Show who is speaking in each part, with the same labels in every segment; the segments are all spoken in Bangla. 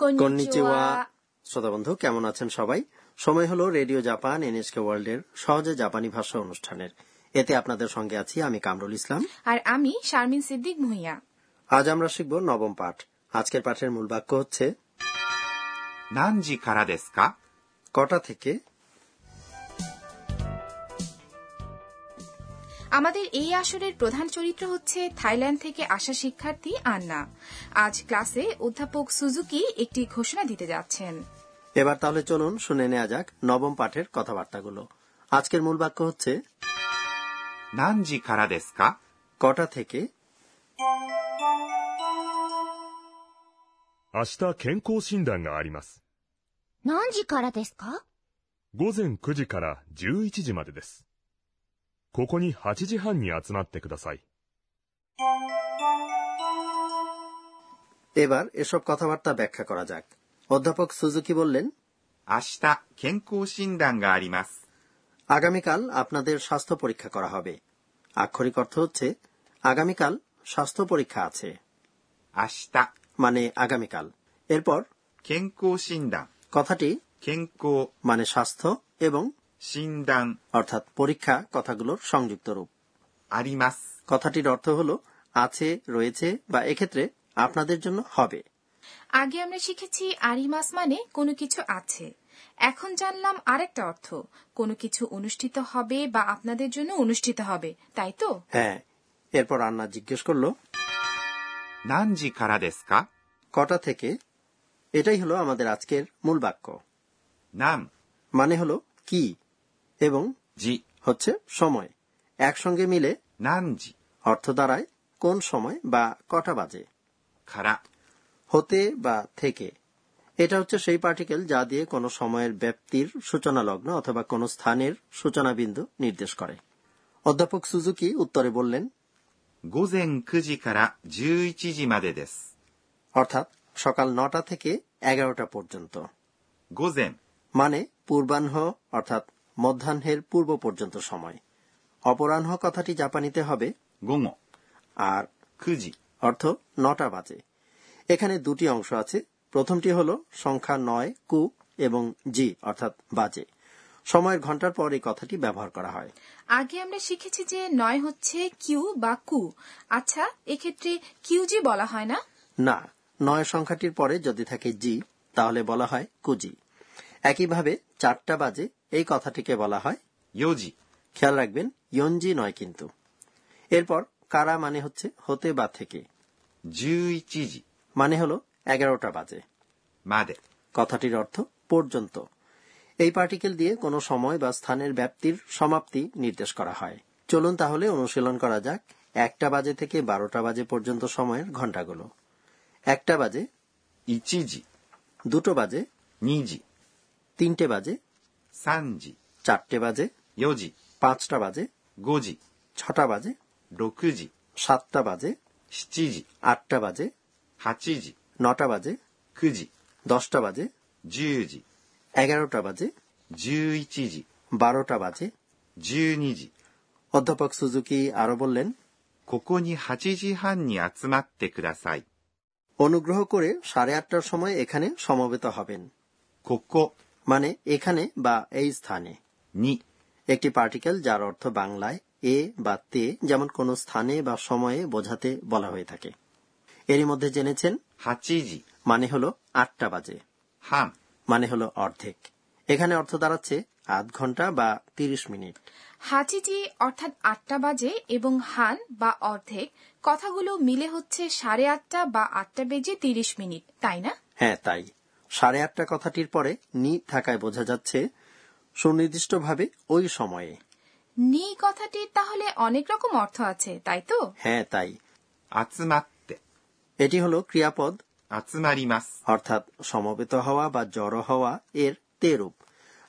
Speaker 1: কন্নিচিওয়া।
Speaker 2: শ্রোতা বন্ধু কেমন আছেন সবাই সময় হলো রেডিও জাপান এনএসকে ওয়ার্ল্ডের সহজে জাপানি ভাষা অনুষ্ঠানের এতে আপনাদের সঙ্গে আছি আমি কামরুল ইসলাম
Speaker 1: আর আমি শারমিন সিদ্দিক ভুঁইয়া
Speaker 2: আজ আমরা শিখব নবম পাঠ আজকের পাঠের মূল বাক্য হচ্ছে
Speaker 3: 何時からですか
Speaker 2: কটা থেকে
Speaker 1: আমাদের এই আসরের প্রধান চরিত্র হচ্ছে থাইল্যান্ড থেকে আসা শিক্ষার্থী আন্না আজ ক্লাসে অধ্যাপক সুজুকি একটি ঘোষণা দিতে যাচ্ছেন
Speaker 2: এবার তাহলে চলুন শুনে নেওয়া যাক নবম পাঠের কথাবার্তাগুলো আজকের মূল বাক্য হচ্ছে
Speaker 3: 何時からですか
Speaker 2: কটা থেকে
Speaker 4: 明日健康診断があります。
Speaker 5: 何時からですか
Speaker 4: 午前9時から11時までです。ここに8時半に集まってください。
Speaker 2: এবার এসব কথাবার্তা ব্যাখ্যা করা যাক অধ্যাপক সুজুকি বললেন
Speaker 3: 明日、健康診断があります。
Speaker 2: আগামীকাল আপনাদের স্বাস্থ্য পরীক্ষা করা হবে আক্ষরিক অর্থ হচ্ছে আগামীকাল স্বাস্থ্য পরীক্ষা আছে
Speaker 3: 明日、
Speaker 2: মানে আগামীকাল এরপর
Speaker 3: 健康診断、
Speaker 2: কথাটি
Speaker 3: 健康、
Speaker 2: মানে স্বাস্থ্য এবং
Speaker 3: 診断、
Speaker 2: অর্থাৎ পরীক্ষা কথাগুলোর সংযুক্ত রূপ
Speaker 3: あります。
Speaker 2: কথাটির অর্থ হল আছে রয়েছে বা এক্ষেত্রে আপনাদের জন্য হবে
Speaker 1: আগে আমরা শিখেছি আরিমাস মানে কোনো কিছু আছে এখন জানলাম আরেকটা অর্থ কোনো কিছু অনুষ্ঠিত হবে বা আপনাদের জন্য অনুষ্ঠিত হবে তাই তো
Speaker 2: হ্যাঁ এরপর আন্না জিজ্ঞেস করলো
Speaker 3: 何時からですか
Speaker 2: কটা থেকে এটাই হলো আমাদের আজকের মূল বাক্য
Speaker 3: 何
Speaker 2: মানে হলো কি এবং
Speaker 3: 時、
Speaker 2: হচ্ছে সময় একসঙ্গে মিলে
Speaker 3: 何時
Speaker 2: অর্থ দ্বারায় কোন সময় বা কটা বাজে
Speaker 3: から、
Speaker 2: হতে বা থেকে এটা হচ্ছে সেই পার্টিকেল যা দিয়ে কোনো সময়ের ব্যাপ্তির সূচনা লগ্ন অথবা কোনো স্থানের সূচনা বিন্দু নির্দেশ করে অধ্যাপক সুজুকি উত্তরে বললেন
Speaker 3: 午前9時から11時までです。
Speaker 2: অর্থাৎ সকাল নটা থেকে এগারোটা পর্যন্ত
Speaker 3: 午前、
Speaker 2: মানে পূর্বাহ্ন অর্থাৎ মধ্যাহ্নের পূর্ব পর্যন্ত সময় অপরাহ্ন কথাটি জাপানিতে হবে
Speaker 3: 午後、
Speaker 2: আর
Speaker 3: 9時、
Speaker 2: অর্থ নটা বাজে এখানে দুটি অংশ আছে প্রথমটি হল সংখ্যা নয় কু এবং জি অর্থাৎ বাজে সময়ের ঘন্টার পর এই কথাটি ব্যবহার করা হয়
Speaker 1: আগে আমরা শিখেছি যে নয় হচ্ছে কিউ বা কু আচ্ছা এক্ষেত্রে কিউজি বলা হয় না
Speaker 2: না নয় সংখ্যাটির পরে যদি থাকে জি তাহলে বলা হয় কুজি একইভাবে চারটা বাজে এই কথাটিকে বলা হয়
Speaker 3: 4時、
Speaker 2: খেয়াল রাখবেন ইয়ঞ্জি নয় কিন্তু এরপর কারা মানে হচ্ছে হতে বা থেকে
Speaker 3: 11時
Speaker 2: মানে হলো এগারোটা বাজে
Speaker 3: まで。
Speaker 2: কথাটির অর্থ পর্যন্ত এই পার্টিকেল দিয়ে কোনো সময় বা স্থানের ব্যাপ্তির সমাপ্তি নির্দেশ করা হয় চলুন তাহলে অনুশীলন করা যাক একটা বাজে থেকে বারোটা বাজে পর্যন্ত সময়ের ঘন্টাগুলো একটা বাজে
Speaker 3: 1時、
Speaker 2: দুটো বাজে
Speaker 3: 2時、
Speaker 2: তিনটে বাজে
Speaker 3: 3時、
Speaker 2: চারটে বাজে
Speaker 3: 4時、
Speaker 2: পাঁচটা বাজে
Speaker 3: 5時、
Speaker 2: ছটা বাজে
Speaker 3: 6時、
Speaker 2: সাতটা বাজে
Speaker 3: 7時、
Speaker 2: আটটা বাজে
Speaker 3: 8時、
Speaker 2: নটা বাজে
Speaker 3: 9時、
Speaker 2: দশটা বাজে
Speaker 3: 10時、
Speaker 2: এগারোটা বাজে
Speaker 3: 11時、
Speaker 2: বারোটা বাজে
Speaker 3: 12時。
Speaker 2: অধ্যাপক সুজুকি আরো বললেন
Speaker 3: ここに8時半に集まってください。
Speaker 2: অনুগ্রহ করে সাড়ে আটটার সময় এখানে সমবেত হবেন
Speaker 3: ここ
Speaker 2: মানে এখানে বা এই স্থানে
Speaker 3: に
Speaker 2: একটি পার্টিকেল যার অর্থ বাংলায় এ বা তে যেমন কোনো স্থানে বা সময়ে বোঝাতে বলা হয়ে থাকে এরই মধ্যে জেনেছেন
Speaker 3: 8時
Speaker 2: মানে হলো আটটা বাজে
Speaker 3: 半
Speaker 2: মানে হলো অর্ধেক এখানে অর্থ দাঁড়াচ্ছে আধ ঘন্টা বা তিরিশ মিনিট
Speaker 1: হাচিজি অর্থাৎ আটটা বাজে এবং হান বা অর্ধেক কথাগুলো মিলে হচ্ছে সাড়ে আটটা বা আটটা বেজে তিরিশ মিনিট তাই না
Speaker 2: হ্যাঁ তাই সাড়ে আটটা কথাটির পরে নি থাকায় বোঝা যাচ্ছে সুনির্দিষ্টভাবে ওই সময়ে
Speaker 1: নি কথাটির তাহলে অনেক রকম অর্থ আছে তাই তো
Speaker 2: হ্যাঁ তাই
Speaker 3: 集まって、
Speaker 2: এটি হলো ক্রিয়াপদ
Speaker 3: 集まります。
Speaker 2: অর্থাৎ সমবেত হওয়া বা জড়ো হওয়া এর তে রূপ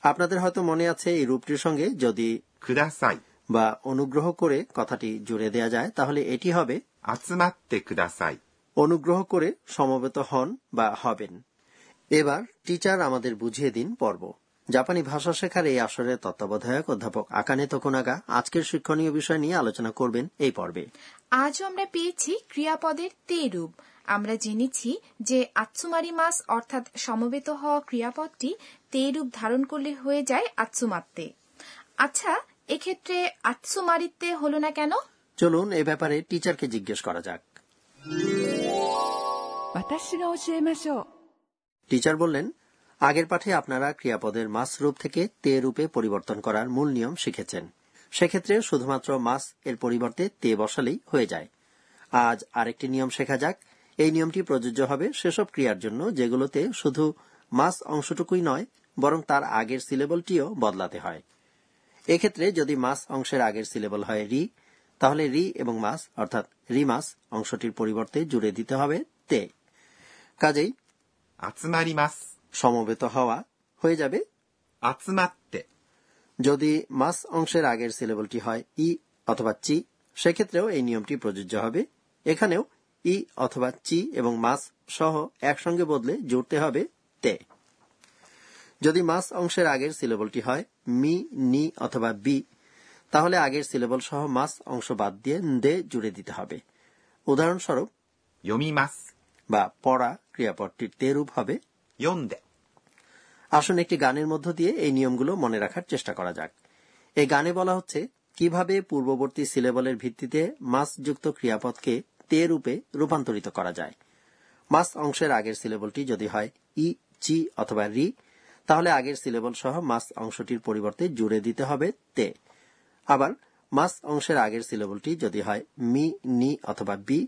Speaker 2: আপনাদের হয়তো মনে আছে এই রূপটির সঙ্গে যদি
Speaker 3: ください。
Speaker 2: বা অনুগ্রহ করে কথাটি জুড়ে দেয়া যায় তাহলে এটি হবে
Speaker 3: 集まってください。
Speaker 2: অনুগ্রহ করে সমবেত হন বা হবেন এবার টিচার আমাদের বুঝিয়ে দিন পর্ব জাপানি ভাষা শেখার এই আসরের তত্ত্বাবধায়ক অধ্যাপক আকানে তকুনাগা আজকের শিক্ষণীয় বিষয় নিয়ে আলোচনা করবেন এই পর্বে
Speaker 1: আজও আমরা পেয়েছি ক্রিয়াপদের তে রূপ আমরা জেনেছি যে আত্সুমারি মাস অর্থাৎ সমবেত হওয়া ক্রিয়াপদটি তেরূপ ধারণ করলে হয়ে যায় আত্সুমাত্তে আচ্ছা এক্ষেত্রে আত্সুমারিত্বে হলো না কেন
Speaker 2: চলুন এ ব্যাপারে টিচারকে জিজ্ঞেস করা যাক
Speaker 6: 私が教えましょう
Speaker 2: টিচার বললেন আগের পাঠে আপনারা ক্রিয়াপদের মাস রূপ থেকে তে রূপে পরিবর্তন করার মূল নিয়ম শিখেছেন সেক্ষেত্রে শুধুমাত্র মাস এর পরিবর্তে তে বসালেই হয়ে যায় আজ আরেকটি নিয়ম শেখা যাক এই নিয়মটি প্রযোজ্য হবে সেসব ক্রিয়ার জন্য যেগুলোতে শুধু মাস অংশটুকুই নয় বরং তার আগের সিলেবলটিও বদলাতে হয় এক্ষেত্রে যদি মাস অংশের আগের সিলেবল হয় রি তাহলে রি এবং মাস অর্থাৎ রি মাস অংশটির পরিবর্তে জুড়ে দিতে হবে তে কাজেই
Speaker 3: 集まります。
Speaker 2: সমবেত হওয়া হয়ে যাবে
Speaker 3: 集まって、
Speaker 2: যদি মাস অংশের আগের সিলেবলটি হয় ই অথবা চি সেক্ষেত্রেও এই নিয়মটি প্রযোজ্য হবে এখানেও ই অথবা চি এবং মাস সহ একসঙ্গে বদলে জুড়তে হবে তে যদি মাস অংশের আগের সিলেবলটি হয় মি নি অথবা বি তাহলে আগের সিলেবল সহ মাস অংশ বাদ দিয়ে দে জুড়ে দিতে হবে উদাহরণস্বরূপ
Speaker 3: 読みます。
Speaker 2: বা পড়া ক্রিয়াপদটির তে রূপ হবে
Speaker 3: 読んで、
Speaker 2: আসুন একটি গানের মধ্য দিয়ে এই নিয়মগুলো মনে রাখার চেষ্টা করা যাক এই গানে বলা হচ্ছে কিভাবে পূর্ববর্তী সিলেবলের ভিত্তিতে মাসযুক্ত ক্রিয়াপদকে তে রূপে রূপান্তরিত করা যায় মাস অংশের আগের সিলেবলটি যদি হয় ই চি অথবা রি তাহলে আগের সিলেবল সহ মাস অংশটির পরিবর্তে জুড়ে দিতে হবে তে আবার মাস অংশের আগের সিলেবলটি যদি হয় মি নি অথবা বি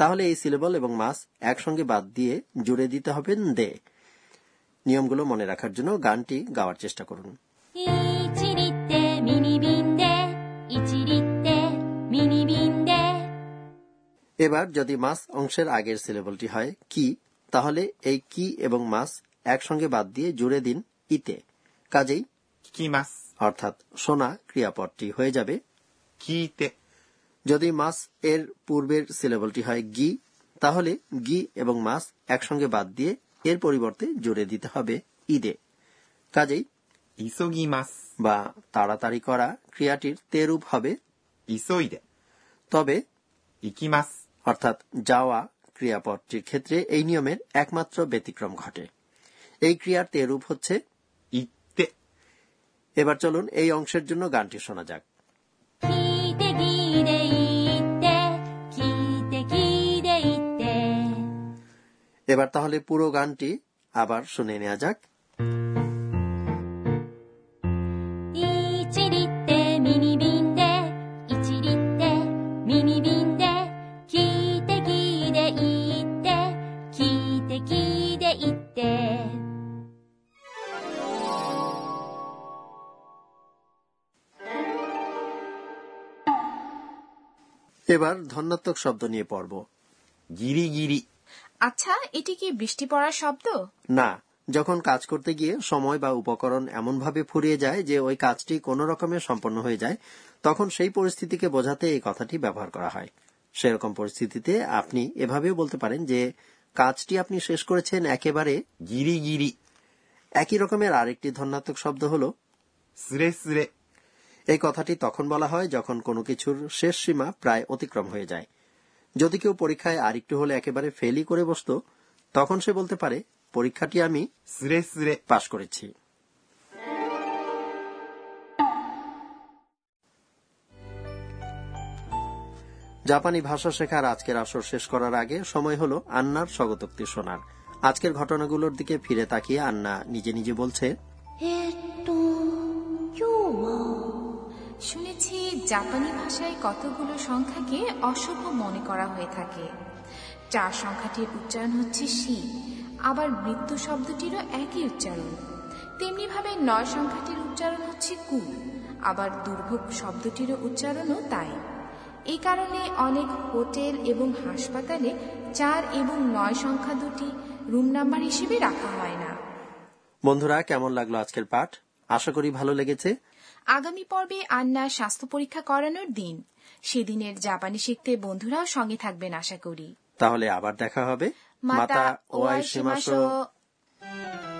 Speaker 2: তাহলে এই সিলেবল এবং মাস একসঙ্গে বাদ দিয়ে জুড়ে দিতে হবে দে নিয়মগুলো মনে রাখার জন্য গানটি গাওয়ার চেষ্টা করুন
Speaker 5: 1リってミニ瓶で、1リってミニ瓶で、
Speaker 2: এবার যদি মাস অংশের আগের সিলেবলটি হয় কি তাহলে এই কি এবং মাস একসঙ্গে বাদ দিয়ে জুড়ে দিন ইতে কাজেই
Speaker 3: 聞きます。
Speaker 2: অর্থাৎ শোনা ক্রিয়াপদটি হয়ে যাবে
Speaker 3: 聞いて、
Speaker 2: যদি মাস এর পূর্বের সিলেবলটি হয় গি তাহলে গি এবং মাস একসঙ্গে বাদ দিয়ে এর পরিবর্তে জুড়ে দিতে হবে ইদে কাজেই
Speaker 3: 急ぎます。
Speaker 2: বা তাড়াতাড়ি করা ক্রিয়াটির তেরূপ হবে
Speaker 3: 急いで、
Speaker 2: তবে
Speaker 3: 行きます。
Speaker 2: অর্থাৎ যাওয়া ক্রিয়াপদটির ক্ষেত্রে এই নিয়মের একমাত্র ব্যতিক্রম ঘটে এই ক্রিয়ার তেরূপ হচ্ছে
Speaker 3: 行って、
Speaker 2: এবার চলুন এই অংশের জন্য গানটি শোনা যাক
Speaker 5: 聞いて聞いて言って、聞いて聞いて言って。
Speaker 2: এবার তাহলে পুরো গানটি আবার শুনে নেওয়া যাক
Speaker 5: 1リってミニ瓶で、1リってミニ瓶で、聞いて聞いて言って、聞いて聞いて言って。
Speaker 2: এবার ধন্যাত্মক শব্দ নিয়ে পড়ব
Speaker 3: ギリギリ、
Speaker 1: আচ্ছা এটি কি বৃষ্টি পড়ার শব্দ
Speaker 2: না যখন কাজ করতে গিয়ে সময় বা উপকরণ এমনভাবে ফুরিয়ে যায় যে ওই কাজটি কোনো রকমে সম্পন্ন হয়ে যায় তখন সেই পরিস্থিতিকে বোঝাতে এই কথাটি ব্যবহার করা হয় সেরকম পরিস্থিতিতে আপনি এভাবেও বলতে পারেন যে কাজটি আপনি শেষ করেছেন একেবারে
Speaker 3: ギリギリ、
Speaker 2: একই রকমের আরেকটি ধনাত্মক শব্দ হল
Speaker 3: スレスレ、
Speaker 2: এই কথাটি তখন বলা হয় যখন কোনো কিছুর শেষ সীমা প্রায় অতিক্রম হয়ে যায় যদি কেউ পরীক্ষায় আরেকটু হলে একেবারে ফেলই করে বসতো তখন সে বলতে পারে পরীক্ষাটি আমি
Speaker 3: スレスレ、
Speaker 2: পাশ করেছি জাপানি ভাষা শেখার আজকের আসর শেষ করার আগে সময় হলো আন্নার স্বগতোক্তি শোনার আজকের ঘটনাগুলোর দিকে ফিরে তাকিয়ে আন্না নিজে নিজে বলছে
Speaker 5: えっと、今日は、
Speaker 1: শুনেছি জাপানি ভাষায় কতগুলো সংখ্যাকে অশুভ মনে করা হয়ে থাকে চার সংখ্যাটির উচ্চারণ হচ্ছে শি আবার মৃত্যু শব্দটিরও একই উচ্চারণ তেমনিভাবে নয় সংখ্যাটির উচ্চারণ হচ্ছে কু আবার দুর্ভোগ শব্দটিরও উচ্চারণও তাই এই কারণে অনেক হোটেল এবং হাসপাতালে চার এবং নয় সংখ্যা দুটি রুম নাম্বার হিসেবে রাখা হয় না
Speaker 2: বন্ধুরা কেমন লাগলো আজকের পাঠ আশা করি ভালো লেগেছে
Speaker 1: আগামী পর্বে আন্নার স্বাস্থ্য পরীক্ষা করানোর দিন সেদিনের জাপানি শিখতে বন্ধুরাও সঙ্গে থাকবেন আশা করি
Speaker 2: তাহলে আবার দেখা হবে
Speaker 1: মাতা
Speaker 2: ওয়াই
Speaker 1: ওয়াই
Speaker 2: সীমাসো
Speaker 1: শিমাশো